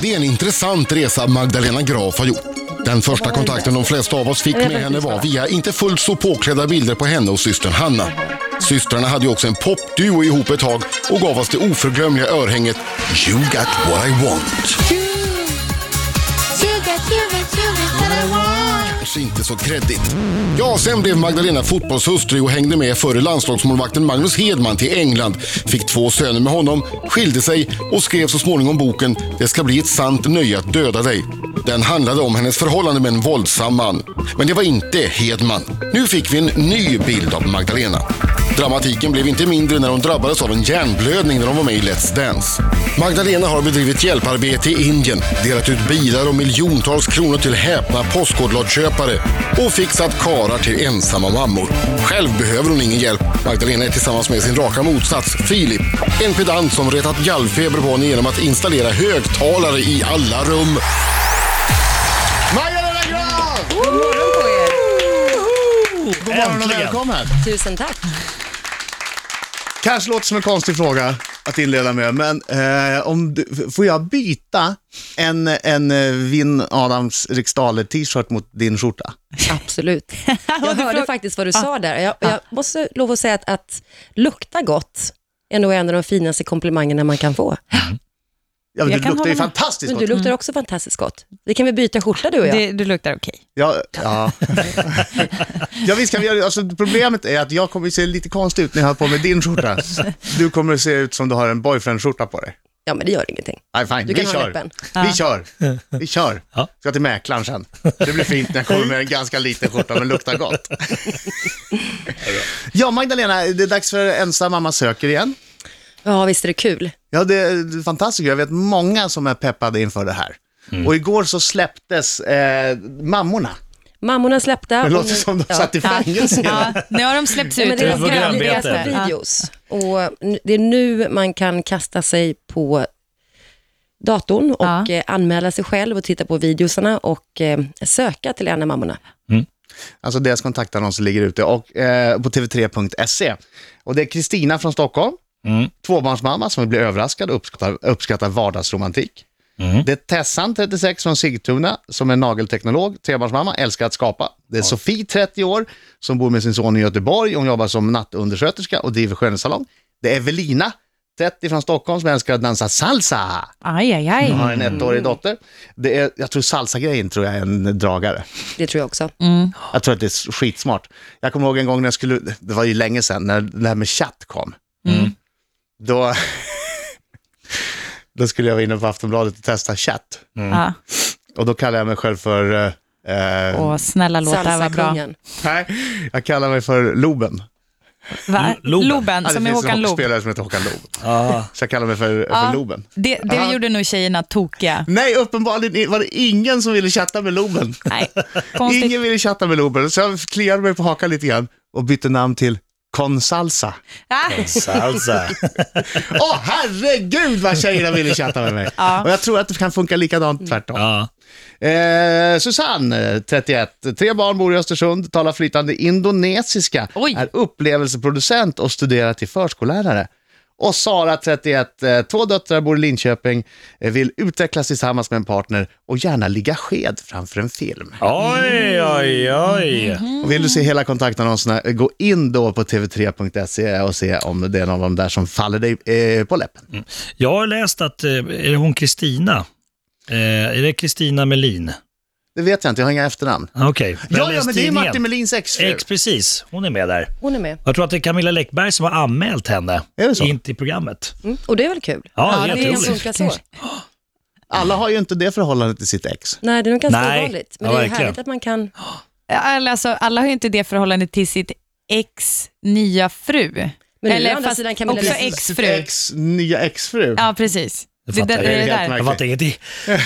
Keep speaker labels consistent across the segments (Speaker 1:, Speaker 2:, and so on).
Speaker 1: Det är en intressant resa Magdalena Graf har gjort. Den första kontakten de flesta av oss fick med henne var via inte fullt så påklädda bilder på henne och systern Hanna. Systrarna hade ju också en popduo ihop ett tag och gav oss det oförglömliga örhänget You got what I want. Kanske inte så kreddigt. Ja, sen blev Magdalena fotbollshustru och hängde med före landslagsmålvakten Magnus Hedman till England. Fick två söner med honom, skilde sig och skrev så småningom boken Det ska bli ett sant nöje att döda dig. Den handlade om hennes förhållande med en våldsam man. Men det var inte Hedman. Nu fick vi en ny bild av Magdalena. Dramatiken blev inte mindre när hon drabbades av en hjärnblödning när hon var med i Let's Dance. Magdalena har bedrivit hjälparbete i Indien, delat ut bilar och miljontals kronor till häpna postkodlådköpare och fixat karar till ensamma mammor. Själv behöver hon ingen hjälp. Magdalena är tillsammans med sin raka motsats, Filip, en pedant som retat gallfeber på henne genom att installera högtalare i alla rum. Magdalena Graf!
Speaker 2: God morgon på er.
Speaker 3: God morgon och
Speaker 4: Äntligen.
Speaker 3: välkommen.
Speaker 2: Tusen tack.
Speaker 3: Kanske låter som en konstig fråga att inleda med, men eh, om du, får jag byta en, en eh, Vinn Adams riksdaler t-shirt mot din skjorta?
Speaker 2: Absolut. Jag hörde faktiskt vad du sa där. Jag, jag måste lov att säga att, att lukta gott är nog en av de finaste komplimangerna man kan få.
Speaker 3: Ja, men
Speaker 5: Jag
Speaker 3: du
Speaker 5: kan
Speaker 3: luktar ju
Speaker 5: hålla med.
Speaker 3: fantastiskt
Speaker 2: Men du
Speaker 3: gott.
Speaker 2: luktar också fantastiskt gott. Vi kan väl byta skjorta du och jag?
Speaker 5: Det, du luktar okej.
Speaker 3: Ja, ja. ja, visst kan vi göra det. alltså, Problemet är att jag kommer att se lite konstig ut när jag har på mig din skjorta. Du kommer att se ut som du har en boyfriend-skjorta på dig.
Speaker 2: Ja, men det gör ingenting.
Speaker 3: Nej, fine.
Speaker 2: Du
Speaker 3: vi,
Speaker 2: kan ha
Speaker 3: kör.
Speaker 2: den öppen.
Speaker 3: vi kör. Vi kör.
Speaker 4: Ja.
Speaker 3: Ska till mäklaren sen. Det blir fint när jag kommer med en ganska liten skjorta, men luktar gott. Ja, Magdalena, det är dags för Ensam mamma söker igen.
Speaker 2: Ja, visst är det kul.
Speaker 3: Ja, det är fantastiskt. Jag vet många som är peppade inför det här. Och igår så släpptes eh, mammorna.
Speaker 2: Mammorna släppta.
Speaker 3: Det
Speaker 2: och
Speaker 3: låter
Speaker 2: nu-
Speaker 3: som de
Speaker 2: Ja.
Speaker 3: satt i fängelse.
Speaker 5: Ja, nu har de släppts
Speaker 2: Nej,
Speaker 5: ut.
Speaker 2: men det är
Speaker 4: Utrymmen
Speaker 2: alltså-
Speaker 4: för
Speaker 2: det är
Speaker 4: grönbete.
Speaker 2: alltså videos. Och nu- det är nu man kan kasta sig på datorn och
Speaker 5: Ja.
Speaker 2: eh, anmäla sig själv och titta på videosarna och eh, söka till en av mammorna.
Speaker 3: Alltså deras kontaktannonser ligger ute och, eh, på tv3.se. Och det är Kristina från Stockholm,
Speaker 4: Mm.
Speaker 3: tvåbarnsmamma som vill bli överraskad och uppskattar, uppskattar vardagsromantik. Det är Tessan, 36, från Sigtuna, som är nagelteknolog, trebarnsmamma, älskar att skapa. Det är Sofie, 30 år, som bor med sin son i Göteborg. Hon jobbar som nattundersköterska och driver skönhetssalong. Det är Evelina, 30, från Stockholm, som älskar att dansa salsa.
Speaker 5: Aj, aj, aj.
Speaker 3: Har en ettårig dotter. Det är, jag tror salsa-grejen tror jag är en dragare.
Speaker 2: Det tror jag också.
Speaker 3: Jag tror att det är skitsmart. Jag kommer ihåg en gång när jag skulle, det var ju länge sedan, när det här med chatt kom.
Speaker 5: Mm.
Speaker 3: Då, då skulle jag vara inne på Aftonbladet och testa chatt.
Speaker 5: Ja.
Speaker 3: Och då kallade jag mig själv för, eh, eh,
Speaker 5: Åh, snälla låt det här vara bra.
Speaker 2: Salsa-kungen.
Speaker 3: nej, jag kallar mig för Loben.
Speaker 5: Va?
Speaker 4: Loben.
Speaker 5: Loben,
Speaker 3: Ja,
Speaker 5: som är
Speaker 3: finns en
Speaker 5: Håkan Loob.
Speaker 3: hockeyspelare som heter Håkan Loob.
Speaker 4: Ah.
Speaker 3: Så jag kallar mig för,
Speaker 5: Ja.
Speaker 3: för Loben.
Speaker 5: Det, det
Speaker 3: Ja.
Speaker 5: gjorde nog tjejerna tokiga.
Speaker 3: Nej, uppenbarligen var det ingen som ville chatta med Loben.
Speaker 5: Nej, konstigt.
Speaker 3: Ingen ville chatta med Loben, så jag kliade mig på hakan lite grann och bytte namn till Konsalsa.
Speaker 5: Ah,
Speaker 4: Salsa.
Speaker 3: Åh herregud vad tjejerna ville chatta med mig.
Speaker 5: Ja. Mm.
Speaker 3: Och jag tror att det kan funka likadant tvärtom.
Speaker 4: Ja.
Speaker 3: Eh, Susanne, 31, tre barn, bor i Östersund, talar flytande indonesiska,
Speaker 5: Oj.
Speaker 3: är upplevelseproducent och studerar till förskollärare. Och Sara, 31, eh, två döttrar, bor i Linköping, eh, vill utvecklas tillsammans med en partner och gärna ligga sked framför en film.
Speaker 4: Oj, oj, oj.
Speaker 5: Mm.
Speaker 3: Och vill du se hela kontaktannonserna, eh, gå in då på tv3.se och se om det är någon av dem där som faller dig eh, på läppen.
Speaker 4: Jag har läst att, eh, är det hon Kristina? Eh, är det Kristina Melin?
Speaker 3: Det vet jag inte, jag har inga efternamn.
Speaker 4: Ah, Okej. Jag har
Speaker 3: Ja, ja,
Speaker 4: läst
Speaker 3: men det är
Speaker 4: tidningen.
Speaker 3: Martin Melins exfru.
Speaker 4: Ex, precis. Hon är med där.
Speaker 2: Hon är med.
Speaker 4: Jag tror att det är Camilla Läckberg som har anmält henne.
Speaker 3: Är det så?
Speaker 4: In till programmet.
Speaker 2: Mm. Och det är väl kul?
Speaker 4: Ja,
Speaker 5: Ja, det är
Speaker 2: Det kan
Speaker 4: jätteroligt.
Speaker 2: funka så.
Speaker 3: Alla har ju inte det förhållandet till sitt ex.
Speaker 2: Nej, det är nog ganska
Speaker 4: Nej.
Speaker 2: ovanligt. Men
Speaker 4: Ja,
Speaker 2: det är
Speaker 4: verkligen.
Speaker 2: härligt att man kan...
Speaker 5: Alla, alltså, alla har ju inte det förhållandet till sitt ex nya fru.
Speaker 2: Men Eller,
Speaker 5: Eller
Speaker 2: å andra
Speaker 5: fast
Speaker 2: sidan Camilla
Speaker 5: också
Speaker 2: Läckberg-
Speaker 5: ex-
Speaker 3: Sitt
Speaker 5: fru.
Speaker 3: ex nya exfru.
Speaker 5: Ja, precis.
Speaker 4: Det
Speaker 5: Det, det,
Speaker 4: fattar
Speaker 5: det,
Speaker 4: jag.
Speaker 3: Det är helt
Speaker 5: det där.
Speaker 3: märkligt.
Speaker 4: Jag fattar ingenting.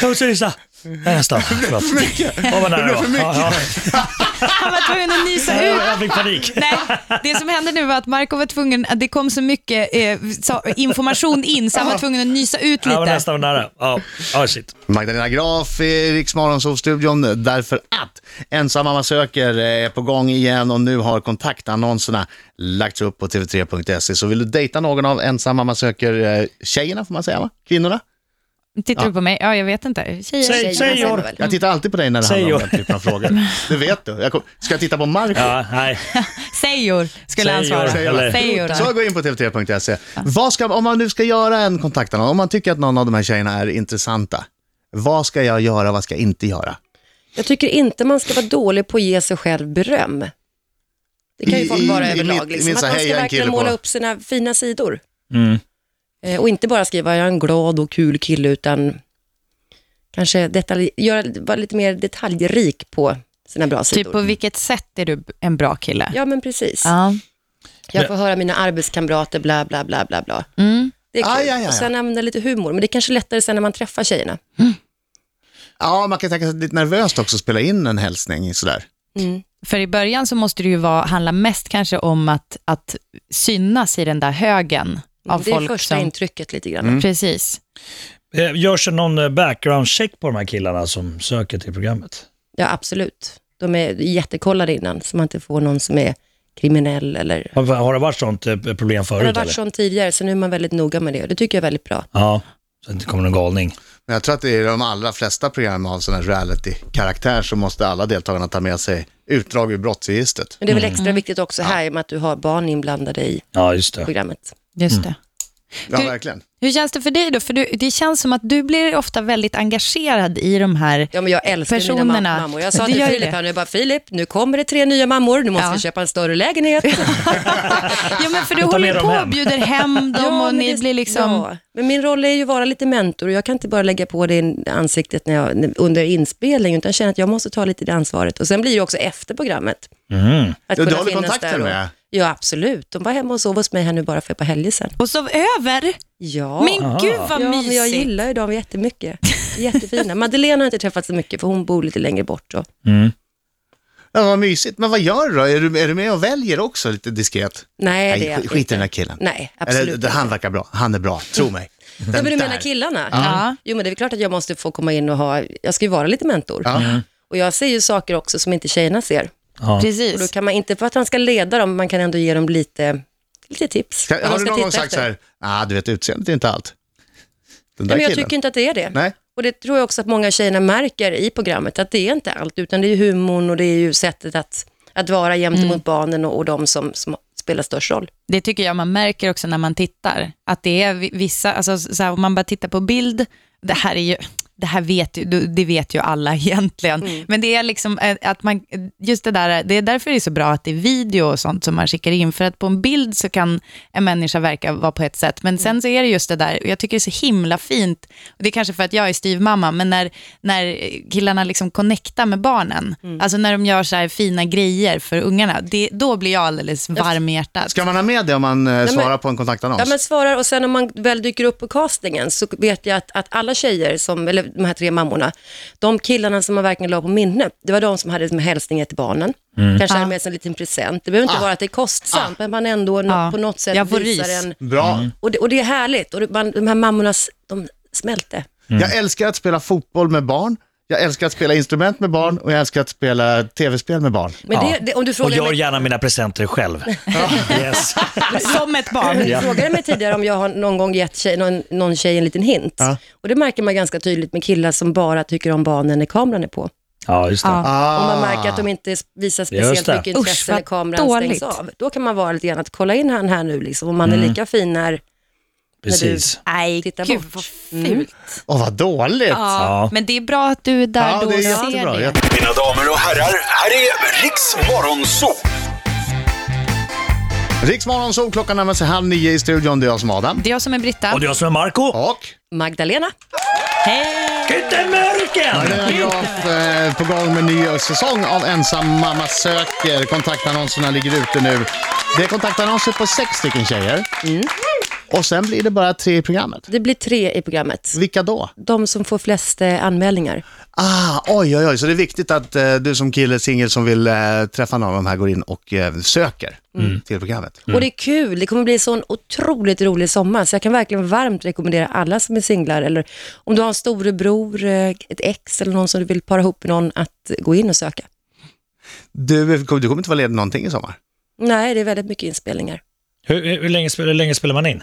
Speaker 4: Kom så lyssna. Nej, Nästa. Förlåt. För mycket. Vad nära det var. Ja,
Speaker 5: Han var tvungen att nysa
Speaker 4: ja.
Speaker 5: ut.
Speaker 4: Jag fick panik.
Speaker 5: Nej, det som hände nu var att Marco var tvungen, att det kom så mycket eh, sa- information in så han var tvungen att nysa ut
Speaker 4: Jag var
Speaker 5: lite.
Speaker 4: nästan nära. Ja, oh, shit.
Speaker 3: Magdalena Graf i Rix studion därför att Ensam mamma söker är på gång igen och nu har kontaktannonserna lagts upp på tv3.se. Så vill du dejta någon av Ensam mamma söker eh, tjejerna får man säga va? Kvinnorna?
Speaker 5: Tittar du på mig? Ja, jag vet inte. Tjejer.
Speaker 4: Säg-
Speaker 2: Tjejer,
Speaker 4: säger
Speaker 2: säger
Speaker 4: jag.
Speaker 2: väl.
Speaker 3: Jag tittar alltid på dig när det
Speaker 4: Säg
Speaker 3: handlar om
Speaker 4: jag.
Speaker 3: den typen av frågor. Det vet du. Jag kom, ska jag titta på Marco?
Speaker 4: Ja, nej.
Speaker 5: Sejor skulle han
Speaker 4: Sejor,
Speaker 5: svara.
Speaker 4: eller-
Speaker 5: Sejor.
Speaker 3: Så gå in på tvt.se. Vad ska, om man nu ska göra en kontaktannons, om man tycker att någon av de här tjejerna är intressanta, vad ska jag göra, vad ska jag inte göra?
Speaker 2: Jag tycker inte man ska vara dålig på att ge sig själv beröm. Det kan ju
Speaker 3: I-
Speaker 2: folk
Speaker 3: i-
Speaker 2: vara
Speaker 3: i
Speaker 2: överlag.
Speaker 3: mitt- i
Speaker 2: Liksom.
Speaker 3: min
Speaker 2: Att
Speaker 3: så
Speaker 2: man
Speaker 3: här,
Speaker 2: ska
Speaker 3: jag är en
Speaker 2: verkligen
Speaker 3: kille på-
Speaker 2: måla upp sina fina sidor.
Speaker 4: Mm.
Speaker 2: Eh, Och inte bara skriva jag är en glad och kul kille, utan kanske detalj, göra, vara lite mer detaljrik på sina bra sidor.
Speaker 5: Typ på vilket sätt är du en bra kille?
Speaker 2: Ja, men precis.
Speaker 5: Ja.
Speaker 2: Jag får höra mina arbetskamrater, bla, bla, bla, bla, bla.
Speaker 5: Mm.
Speaker 2: Det är kul.
Speaker 3: Ah, ja, ja, ja.
Speaker 2: Och sen använda lite humor, men det är kanske lättare sen när man träffar tjejerna.
Speaker 3: Ja, man kan tänka sig att det är lite nervöst också att spela in en hälsning sådär.
Speaker 2: Mm.
Speaker 5: För i början så måste det ju vara, handla mest kanske om att, att synas i den där högen av
Speaker 2: det är
Speaker 5: folk.
Speaker 2: första
Speaker 5: som,
Speaker 2: intrycket lite
Speaker 5: Mm.
Speaker 2: grann.
Speaker 4: Mm.
Speaker 5: Precis.
Speaker 4: Eh, Görs det någon eh, background check på de här killarna som söker till programmet?
Speaker 2: Ja, absolut. De är jättekollade innan, så man inte får någon som är kriminell eller...
Speaker 4: Har, har det varit sånt eh, problem
Speaker 2: Det har
Speaker 4: förut?
Speaker 2: varit
Speaker 4: Eller?
Speaker 2: sån tidigare, så nu är man väldigt noga med det och det tycker jag är väldigt bra.
Speaker 4: Ja, så att det inte kommer någon galning.
Speaker 3: Men jag tror att det är de allra flesta program av sån här reality-karaktär så måste alla deltagarna ta med sig utdrag ur brottsregistret.
Speaker 2: Men det är
Speaker 5: Mm.
Speaker 2: väl extra viktigt också här, i och med att du har barn inblandade i
Speaker 4: Ja, just det.
Speaker 2: programmet.
Speaker 5: Just
Speaker 4: Mm.
Speaker 5: det.
Speaker 3: Ja,
Speaker 5: Du-
Speaker 3: verkligen.
Speaker 5: Hur känns det för dig då? För du, det känns som att du blir ofta väldigt engagerad i de här...
Speaker 2: Ja, men jag älskar mina
Speaker 5: Personerna.
Speaker 2: ma- mammor. Jag sa
Speaker 5: Det
Speaker 2: till
Speaker 5: gör ju
Speaker 2: Filip
Speaker 5: det.
Speaker 2: här nu, jag bara Filip, nu kommer det tre nya mammor, nu måste
Speaker 5: Ja.
Speaker 2: vi köpa en större lägenhet.
Speaker 5: Ja, men för du
Speaker 4: Ta med
Speaker 5: håller ju
Speaker 4: dem
Speaker 5: på och
Speaker 4: hem.
Speaker 5: bjuder hem dem och
Speaker 2: men
Speaker 5: ni
Speaker 2: det-
Speaker 5: blir liksom...
Speaker 2: ja. Men min roll är ju att vara lite mentor och jag kan inte bara lägga på det i ansiktet när jag, under inspelning, utan jag känner att jag måste ta lite det ansvaret. Och sen blir det också efter programmet.
Speaker 4: Mm.
Speaker 2: Att
Speaker 3: Mhm. Du- du
Speaker 2: kunna
Speaker 3: håller
Speaker 2: finnas
Speaker 3: kontakten
Speaker 2: där och-
Speaker 3: med?
Speaker 2: Ja, absolut. De var hemma och sov hos mig här nu bara för ett par helger sedan.
Speaker 5: Och sov över?
Speaker 2: Ja.
Speaker 5: Men gud vad
Speaker 2: ja, men
Speaker 5: mysigt.
Speaker 2: jag gillar ju dem jättemycket. Jättefina. Madeleine har jag inte träffat så mycket för hon bor lite längre bort. Och...
Speaker 3: Ja, vad mysigt. Men vad gör du då? Är du, är du med och väljer också lite diskret?
Speaker 2: Nej, det är
Speaker 3: sk-
Speaker 2: jag
Speaker 3: skit i
Speaker 2: inte.
Speaker 3: den här killen.
Speaker 2: Nej, absolut
Speaker 3: Eller, det- han verkar bra. Han är bra, tro mig. Den
Speaker 2: Ja, men du
Speaker 3: där.
Speaker 2: menar killarna?
Speaker 5: Ja.
Speaker 2: Jo, men det är väl klart att jag måste få komma in och ha, jag ska ju vara lite mentor.
Speaker 3: Ja. Mm.
Speaker 2: Och jag ser ju saker också som inte tjejerna ser.
Speaker 4: Ja.
Speaker 2: Och då
Speaker 5: Precis.
Speaker 2: kan man inte, för att man ska leda dem, man kan ändå ge dem lite, lite tips.
Speaker 3: Ska,
Speaker 2: vad de
Speaker 3: har du
Speaker 2: ska
Speaker 3: någon gång
Speaker 2: titta
Speaker 3: sagt
Speaker 2: efter.
Speaker 3: så här, ah, du vet utseendet är inte allt. Den
Speaker 2: Nej,
Speaker 3: där
Speaker 2: men jag
Speaker 3: killen.
Speaker 2: tycker inte att det är det.
Speaker 3: Nej.
Speaker 2: Och det tror jag också att många av tjejerna märker i programmet, att det är inte allt, utan det är ju humorn och det är ju sättet att, att vara gentemot
Speaker 3: Mm.
Speaker 2: barnen och, och de som, som spelar störst roll.
Speaker 5: Det tycker jag man märker också när man tittar. Att det är vi- vissa, alltså så här, om man bara tittar på bild, det här är ju, det här vet ju, du- det vet ju alla egentligen.
Speaker 3: Mm.
Speaker 5: Men det är liksom eh, att man, just det där, det är därför det är så bra att det är video och sånt som man skickar in. För att på en bild så kan en människa verka vara på ett sätt.
Speaker 3: Mm.
Speaker 5: Men sen så är det just det där, och jag tycker det är så himla fint, och det är kanske för att jag är styvmamma, men när, när killarna liksom connectar med barnen,
Speaker 3: Mm.
Speaker 5: alltså när de gör så här fina grejer för ungarna, det, då blir jag alldeles varm i hjärtat.
Speaker 3: Ska man ha med det om man eh,
Speaker 2: men-
Speaker 3: svarar på en kontaktannons?
Speaker 2: Ja, men svarar och sen om man väl dyker upp på castingen så vet jag att, att alla tjejer, som, eller de här tre mammorna, de killarna som man verkligen la på minne, det var de som hade som hälsningar till barnen.
Speaker 4: Mm.
Speaker 2: Kanske hade med sig en liten present. Det behöver inte vara att det är kostsamt, men man ändå nå-
Speaker 5: Ah.
Speaker 2: på något sätt
Speaker 5: Jag får
Speaker 2: visar
Speaker 5: ris.
Speaker 2: en...
Speaker 3: Bra.
Speaker 2: Och det, och det är härligt. Och det, man, de här mammorna, s- de smälte.
Speaker 3: mm. Jag älskar att spela fotboll med barn. Jag älskar att spela instrument med barn och jag älskar att spela tv-spel med barn.
Speaker 2: Men det, det, om du
Speaker 4: Och
Speaker 2: frågar
Speaker 4: gör
Speaker 2: mig,
Speaker 4: gärna mina presenter själv. Yes.
Speaker 5: Som ett barn.
Speaker 2: du frågade mig tidigare om jag har någon gång gett tjej, någon, någon tjej en liten hint. Och det märker man ganska tydligt med killar som bara tycker om barnen när kameran är på.
Speaker 4: Ja, just det.
Speaker 5: Ja.
Speaker 2: Om
Speaker 3: Ah,
Speaker 2: man märker att de inte visar
Speaker 4: Ah. Just
Speaker 2: speciellt
Speaker 4: det.
Speaker 2: mycket intresse
Speaker 5: Usch, vad
Speaker 2: när kameran
Speaker 5: dåligt.
Speaker 2: stängs av. Då kan man vara lite grann att kolla in han här nu, liksom, om han
Speaker 4: Mm.
Speaker 2: är lika fin när...
Speaker 4: Precis.
Speaker 5: Nej,
Speaker 2: Titta
Speaker 5: gud
Speaker 2: bort.
Speaker 5: vad fult.
Speaker 3: Åh, vad dåligt!
Speaker 4: Ja.
Speaker 5: Mm. Men det är bra att du är där
Speaker 3: Ja,
Speaker 5: då
Speaker 3: det är
Speaker 5: och
Speaker 3: jättebra.
Speaker 5: ser det.
Speaker 6: Mina damer och herrar, här är Riks Morgonzoo!
Speaker 3: Riksmorgon, så klockan närmar sig halv nio i studion. Det är jag som är Adam.
Speaker 5: Det är jag som är Britta.
Speaker 4: Och det är jag som är Marco.
Speaker 3: Och
Speaker 2: Magdalena,
Speaker 5: Hej!
Speaker 4: Inte mörken!
Speaker 3: Magdalena Graaf eh, på gång med ny säsong av Ensam mamma söker. Kontaktannonserna ligger ute nu. Det är kontaktannonser på sex stycken tjejer. Och sen blir det bara tre i programmet.
Speaker 2: det blir tre i programmet.
Speaker 3: Vilka då?
Speaker 2: De som får flest eh, anmälningar.
Speaker 3: Ah, oj, oj, oj. Så det är viktigt att eh, du som kille, singel, som vill eh, träffa någon av de här går in och eh, söker till programmet.
Speaker 4: Mm.
Speaker 2: Och det är kul, det kommer bli en sån otroligt rolig sommar, så jag kan verkligen varmt rekommendera alla som är singlar, eller om du har en storebror, eh, ett ex eller någon som du vill para ihop med någon, att gå in och söka.
Speaker 3: Du, eh, du kommer inte vara ledig någonting i sommar.
Speaker 2: Nej, det är väldigt mycket inspelningar.
Speaker 4: Hur, hur, länge, spel- hur länge spelar man in?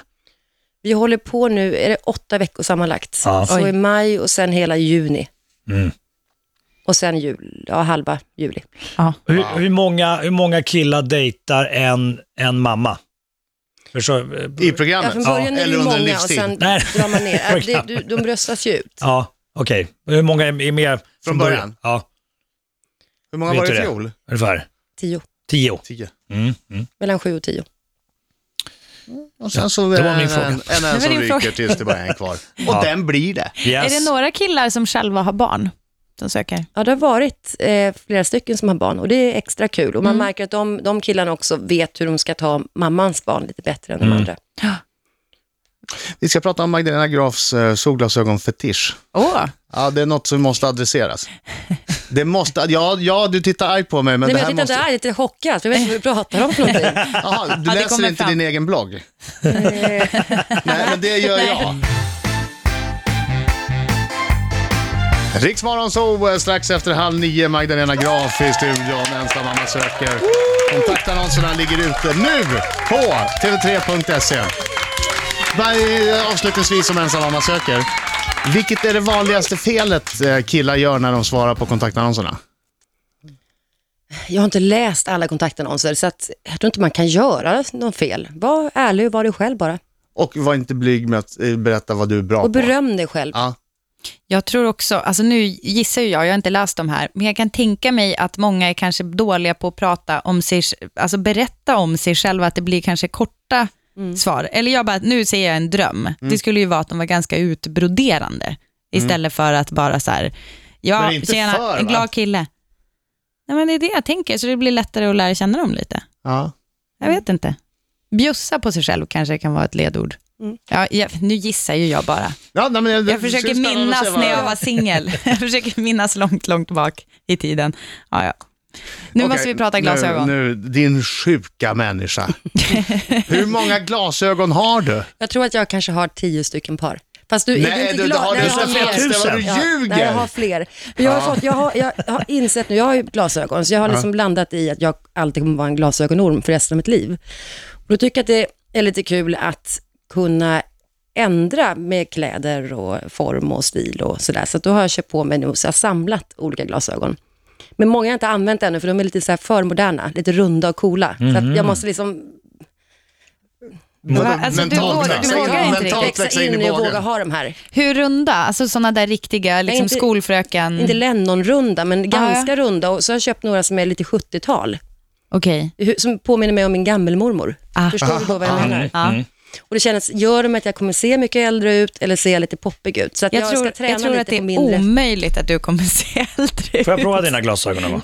Speaker 2: Vi håller på nu, är det åtta veckor sammanlagt?
Speaker 4: Ja.
Speaker 2: Så
Speaker 5: Oj.
Speaker 2: i maj och sen hela juni.
Speaker 4: Mm.
Speaker 2: Och sen jul, ja halva juli.
Speaker 5: Ja.
Speaker 4: Hur, hur, många, hur många killar dejtar en, en mamma? Förstår,
Speaker 3: I
Speaker 2: Ja,
Speaker 3: programmet?
Speaker 2: från början är det
Speaker 3: Eller under
Speaker 2: ju
Speaker 3: en
Speaker 2: många och
Speaker 3: livstid?
Speaker 2: sen
Speaker 4: Nej.
Speaker 2: drar man ner. Ja, det,
Speaker 4: Program.
Speaker 2: du, de bröstas ju ut.
Speaker 4: ja, okej. Hur många är, är med från,
Speaker 3: början?
Speaker 4: Ja,
Speaker 3: Hur många
Speaker 4: Vet
Speaker 3: var det i
Speaker 4: du det?
Speaker 3: fjol?
Speaker 4: ungefär.
Speaker 2: Tio.
Speaker 4: Tio.
Speaker 3: Tio.
Speaker 4: Mm, mm.
Speaker 2: Mellan sju och tio.
Speaker 3: Och sen så eh,
Speaker 4: det var
Speaker 3: är
Speaker 4: min
Speaker 3: en-
Speaker 4: fråga.
Speaker 3: en, en
Speaker 5: var
Speaker 3: som
Speaker 5: din
Speaker 3: ryker
Speaker 5: fråga.
Speaker 3: tills det bara är en kvar. Och
Speaker 4: Ja.
Speaker 3: den blir det.
Speaker 4: Yes.
Speaker 5: Är det några killar som själva har barn som söker?
Speaker 2: Ja, det har varit eh, flera stycken som har barn och det är extra kul. Och man
Speaker 3: Mm.
Speaker 2: märker att de, de killarna också vet hur de ska ta mammans barn lite bättre än de andra.
Speaker 3: Vi ska prata om Magdalena Grafs eh, solglasögonfetisch.
Speaker 5: Åh, oh,
Speaker 3: Ja, det är något som måste adresseras. Det måste, ja, ja, du tittar arg på mig, men
Speaker 2: Nej,
Speaker 3: det
Speaker 2: men jag
Speaker 3: här
Speaker 2: tittar
Speaker 3: måste...
Speaker 2: inte arg, jag är lite chockad, för jag vet inte vad vi pratar om för någonting.
Speaker 3: Jaha, du
Speaker 5: Ja, det
Speaker 3: läser
Speaker 5: kommer
Speaker 3: inte
Speaker 5: fram.
Speaker 3: din egen blogg? Nej, men det gör jag. Riksmorgon så eh, strax efter halv nio, Magdalena Graf i studion, ensam mamma söker. Kontaktannonserna ligger ute nu på tv3.se. Vad- eh, Avslutningsvis om ensam mamma söker. Vilket är det vanligaste felet eh, killar gör när de svarar på kontaktannonserna?
Speaker 2: Jag har inte läst alla kontaktannonser, så att, jag tror inte man kan göra någon fel. Var ärlig och var dig själv bara.
Speaker 3: Och var inte blyg med att eh, berätta vad du är bra
Speaker 2: Och
Speaker 3: på.
Speaker 2: beröm dig själv.
Speaker 3: Ja.
Speaker 5: Jag tror också, alltså nu gissar ju jag, jag har inte läst de här, men jag kan tänka mig att många är kanske dåliga på att prata om sig, alltså berätta om sig själva, att det blir kanske korta svar. Eller jag bara, nu säger jag en dröm.
Speaker 3: Mm.
Speaker 5: Det skulle ju vara att de var ganska utbroderande, istället för att bara så här, ja,
Speaker 3: Men inte
Speaker 5: tjena,
Speaker 3: för,
Speaker 5: en
Speaker 3: va?
Speaker 5: glad kille. Nej men det är det jag tänker, så det blir lättare att lära känna dem lite.
Speaker 3: Ja.
Speaker 5: Jag vet inte. Bjussa på sig själv kanske kan vara ett ledord. Ja, jag, nu gissar ju jag bara.
Speaker 3: Ja, nej, men det-
Speaker 5: Jag försöker
Speaker 3: Mm, spännande att se
Speaker 5: minnas
Speaker 3: vad-
Speaker 5: när jag var singel. Jag försöker minnas långt, långt bak i tiden. Ja, ja. Nu
Speaker 3: Okej,
Speaker 5: måste vi prata glasögon.
Speaker 3: Nu, nu, din sjuka människa. Hur många glasögon har du?
Speaker 2: Jag tror att jag kanske har tio stycken par. Fast du, är
Speaker 3: Nej,
Speaker 2: du inte
Speaker 3: du-
Speaker 2: glad?
Speaker 3: du har
Speaker 2: Nej, jag
Speaker 3: det som
Speaker 2: fler.
Speaker 4: finns, det var
Speaker 3: du ljuger.
Speaker 2: nej, jag har fler. Men jag, har fått, jag, har, jag har insett nu, jag har ju glasögon, så jag har liksom landat i att jag alltid kommer vara en glasögonorm för resten av mitt liv. Och då tycker jag att det är lite kul att kunna ändra med kläder och form och stil och sådär. Så att då har jag köpt på mig nu, så jag har samlat olika glasögon. Men många har jag inte använt ännu, för de är lite så här för moderna, lite runda och coola. Så att
Speaker 3: Mhm.
Speaker 2: jag måste liksom
Speaker 5: Va? Alltså, du
Speaker 3: mentalt
Speaker 5: vågar, du
Speaker 3: växa in-
Speaker 5: vågar inte
Speaker 3: mentalt
Speaker 5: riktigt.
Speaker 2: växa, in, i och våga ha de här.
Speaker 5: Hur runda? Alltså sådana där riktiga, liksom
Speaker 2: inte-
Speaker 5: skolfröken...
Speaker 2: Inte Lennon-runda, men
Speaker 5: Mm. ja.
Speaker 2: ganska runda. Och så har jag köpt några som är lite 70-tal,
Speaker 5: Okej.
Speaker 2: hu- som påminner mig om min gammelmormor.
Speaker 5: Ah.
Speaker 2: Förstår du då vad jag
Speaker 4: Mm.
Speaker 2: menar?
Speaker 5: Ja.
Speaker 2: Och det känns, gör de att jag kommer se mycket äldre ut eller ser jag lite poppig ut? Så att jag,
Speaker 5: Jag, tror,
Speaker 2: ska träna
Speaker 5: jag tror
Speaker 2: lite
Speaker 5: att det
Speaker 2: på
Speaker 5: är
Speaker 2: mindre.
Speaker 5: omöjligt att du kommer se äldre ut.
Speaker 4: Får jag prova dina glasögon? Då?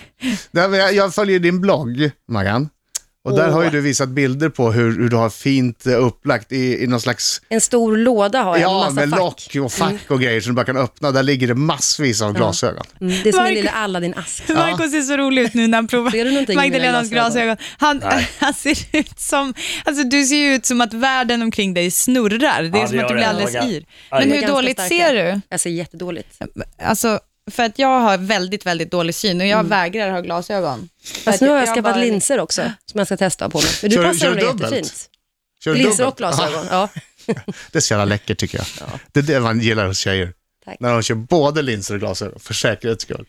Speaker 3: Nej, men jag, jag följer din blogg, Maggan. Och där
Speaker 2: Åh.
Speaker 3: har ju du visat bilder på hur, hur du har fint eh, upplagt i, i någon slags...
Speaker 2: En stor låda har jag,
Speaker 3: Ja,
Speaker 2: massa
Speaker 3: med
Speaker 2: fack.
Speaker 3: lock och
Speaker 5: Mm.
Speaker 3: fack och grejer som du bara kan öppna. Där ligger det massvis av glasögon.
Speaker 2: Mm, det är som en
Speaker 5: Marco-
Speaker 2: lilla Aladdin-ask.
Speaker 5: Marco ser så rolig ut nu när han
Speaker 2: Ser du
Speaker 5: provar
Speaker 2: någonting med dina
Speaker 5: Magdalenas
Speaker 2: glasögon?
Speaker 5: glasögon. Han, han ser ut som, alltså du ser ju ut som att världen omkring dig snurrar. Det är
Speaker 4: Ja,
Speaker 5: som
Speaker 4: det
Speaker 5: att du
Speaker 4: gör
Speaker 5: blir
Speaker 4: det.
Speaker 5: alldeles
Speaker 4: Jag-
Speaker 5: yr.
Speaker 4: Ja,
Speaker 5: Men
Speaker 4: jag-
Speaker 5: hur
Speaker 2: Ganska
Speaker 5: dåligt
Speaker 2: starka.
Speaker 5: ser du?
Speaker 2: Jag ser jättedåligt.
Speaker 5: Alltså, för att jag har väldigt, väldigt dålig syn och jag vägrar ha glasögon. För att
Speaker 2: Mm. Fast nu har jag skaffat
Speaker 5: bara-
Speaker 2: linser också, som jag ska testa på mig. Men du
Speaker 3: Kör du-
Speaker 2: passar
Speaker 3: kör
Speaker 2: dem
Speaker 3: du dubbelt?
Speaker 2: jättefint.
Speaker 3: Kör du
Speaker 2: Linser
Speaker 3: dubbelt?
Speaker 2: och glasögon,
Speaker 3: Ah,
Speaker 2: ja.
Speaker 3: det är så jävla läckert tycker jag. Det är det man gillar hos tjejer.
Speaker 2: Tack.
Speaker 3: När de kör både linser och glasögon, för säkerhets skull.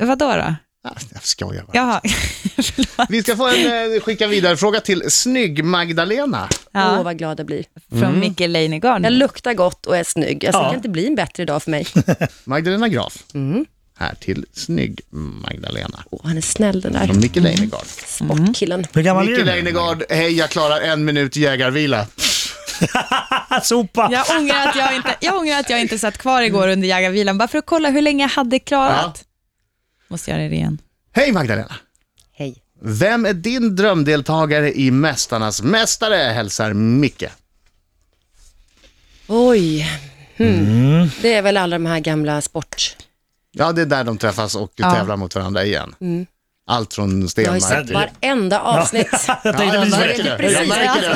Speaker 5: Vadå då?
Speaker 3: Ah, Jag skojar bara.
Speaker 5: Jaha. Förlåt.
Speaker 3: Vi ska få en eh, skicka vidare fråga till Snygg Magdalena.
Speaker 2: Åh,
Speaker 5: Ja,
Speaker 2: vad glad jag blir.
Speaker 5: från Micke Leijnegard.
Speaker 2: Jag luktar gott och är snygg. Alltså,
Speaker 4: Ja.
Speaker 2: Det kan inte bli en bättre dag för mig.
Speaker 3: Magdalena Graf.
Speaker 2: Mm.
Speaker 3: Här till Snygg Magdalena.
Speaker 2: Åh, han är snäll den
Speaker 3: Från
Speaker 2: där
Speaker 3: Micke Leijnegard.
Speaker 2: sportkillen.
Speaker 4: Hur gammal
Speaker 3: Micke
Speaker 4: är du?
Speaker 3: Leijnegard, hej jag klarar en minut jägarvila.
Speaker 4: Ah, sopa!
Speaker 5: Jag ångrar, att jag, inte, jag ångrar att jag inte satt kvar igår under jägarvilan, bara för att kolla hur länge jag hade klarat. Måste göra det igen.
Speaker 3: Hej Magdalena!
Speaker 2: Hej.
Speaker 3: Vem är din drömdeltagare i Mästarnas Mästare? Hälsar Micke.
Speaker 2: Oj. Hmm.
Speaker 3: Mm.
Speaker 2: Det är väl alla de här gamla sport...
Speaker 3: Ja, det är där de träffas och tävlar mot varandra igen. Allt från
Speaker 2: Mm. Jag har ju
Speaker 3: Stenmark
Speaker 2: sett
Speaker 3: till...
Speaker 2: varenda avsnitt.
Speaker 4: Jag
Speaker 3: Ja,
Speaker 4: tänkte
Speaker 3: jag
Speaker 4: precis-
Speaker 3: märker det.
Speaker 2: Precis,
Speaker 3: Jag märker
Speaker 2: jag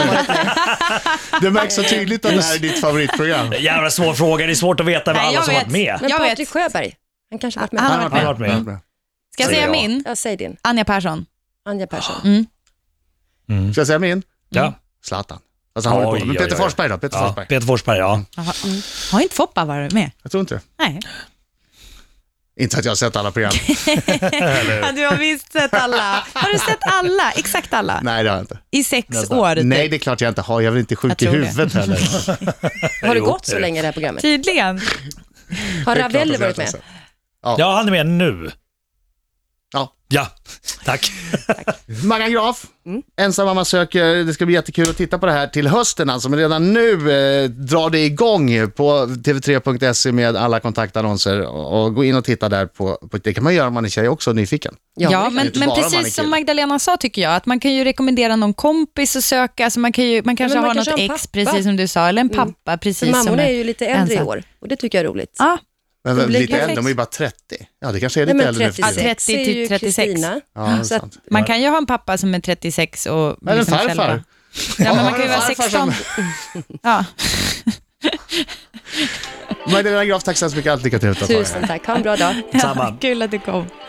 Speaker 3: det. Det märks så tydligt att det här är ditt favoritprogram.
Speaker 4: Jävla svår fråga, det är svårt att veta vad
Speaker 5: Nej,
Speaker 4: alla
Speaker 5: jag
Speaker 4: som
Speaker 5: vet. Mm.
Speaker 4: varit med.
Speaker 2: Men
Speaker 5: Jag
Speaker 2: Patrik
Speaker 5: vet.
Speaker 2: Sjöberg, han kanske varit med.
Speaker 5: Han-
Speaker 4: Han har varit med.
Speaker 5: Ska jag
Speaker 4: Säger
Speaker 5: säga
Speaker 4: jag.
Speaker 5: min?
Speaker 2: Ja, säg din.
Speaker 5: Anja Persson.
Speaker 2: Anja Persson.
Speaker 3: Ska jag säga min?
Speaker 4: Ja.
Speaker 3: Zlatan. Fast han
Speaker 4: Oj,
Speaker 3: håller på. Men
Speaker 4: oj,
Speaker 3: Peter
Speaker 4: oj.
Speaker 3: Forsberg då? Peter
Speaker 4: Ja,
Speaker 3: Forsberg.
Speaker 4: Peter Forsberg, ja.
Speaker 5: Jaha, mm. Har inte Foppa varit med?
Speaker 3: Jag tror inte.
Speaker 5: Nej.
Speaker 3: Inte att jag har sett alla program.
Speaker 5: Ja, du har visst sett alla. Har du sett alla? Exakt alla?
Speaker 3: Nej, det har jag inte.
Speaker 5: I sex
Speaker 4: Nästan.
Speaker 5: år? typ.
Speaker 3: Nej, det är klart jag inte har. Jag är väl inte
Speaker 5: Jag
Speaker 3: sjuk i
Speaker 5: tror det.
Speaker 3: huvudet heller.
Speaker 2: Har det
Speaker 4: Jo,
Speaker 2: gått så
Speaker 4: är
Speaker 2: länge det här programmet?
Speaker 5: Tydligen.
Speaker 2: Har
Speaker 3: Det är klart
Speaker 2: Ravelli
Speaker 3: att
Speaker 2: varit
Speaker 3: jag
Speaker 2: med?
Speaker 3: inte har sett.
Speaker 4: Ja, han är med nu.
Speaker 3: Ja.
Speaker 4: Ja, tack.
Speaker 3: Maggan Graf,
Speaker 5: Mm.
Speaker 3: Ensam mamma söker. Det ska bli jättekul att titta på det här till hösten alltså. Men redan nu eh, drar det igång på tv3.se med alla kontaktannonser. Och, och gå in och titta där på, på... Det kan man göra om man är tjej också, nyfiken.
Speaker 5: Ja,
Speaker 2: Ja,
Speaker 5: men,
Speaker 3: inte
Speaker 5: men
Speaker 3: bara vara en
Speaker 5: precis som
Speaker 3: kille.
Speaker 5: Magdalena sa tycker jag, att man kan ju rekommendera någon kompis att söka, alltså man, kan ju, man kanske
Speaker 2: men man
Speaker 5: har
Speaker 2: kanske
Speaker 5: något
Speaker 2: har en
Speaker 5: ex,
Speaker 2: pappa. Mm.
Speaker 5: precis som du sa, eller en pappa,
Speaker 2: För
Speaker 5: precis som...
Speaker 2: mammorna är
Speaker 5: en-
Speaker 2: ju lite äldre i
Speaker 5: ensam.
Speaker 2: år och det tycker jag är roligt.
Speaker 5: Ja,
Speaker 3: Men
Speaker 2: Det blir
Speaker 3: lite äldre,
Speaker 5: perfekt.
Speaker 3: de är ju bara 30. Ja, det kanske är
Speaker 2: Nej,
Speaker 3: lite
Speaker 2: men
Speaker 3: äldre nu för
Speaker 2: 36
Speaker 3: tiden.
Speaker 5: 30
Speaker 2: är ju
Speaker 5: till 36.
Speaker 2: Kristina.
Speaker 3: Ja, det är
Speaker 2: Så att-
Speaker 3: sant.
Speaker 5: man kan ju ha en pappa som är 36 och... liksom
Speaker 3: Eller en farfar.
Speaker 5: Ja, men
Speaker 3: Ja,
Speaker 5: man kan ju
Speaker 3: en
Speaker 5: vara
Speaker 3: farfar
Speaker 5: 16.
Speaker 3: som-
Speaker 5: Ja.
Speaker 3: Magdalena Graf, tack så hemskt mycket. Allt lycka till utav
Speaker 2: Tusen tack, ha en bra dag.
Speaker 4: Samma.
Speaker 5: Kul att du kom.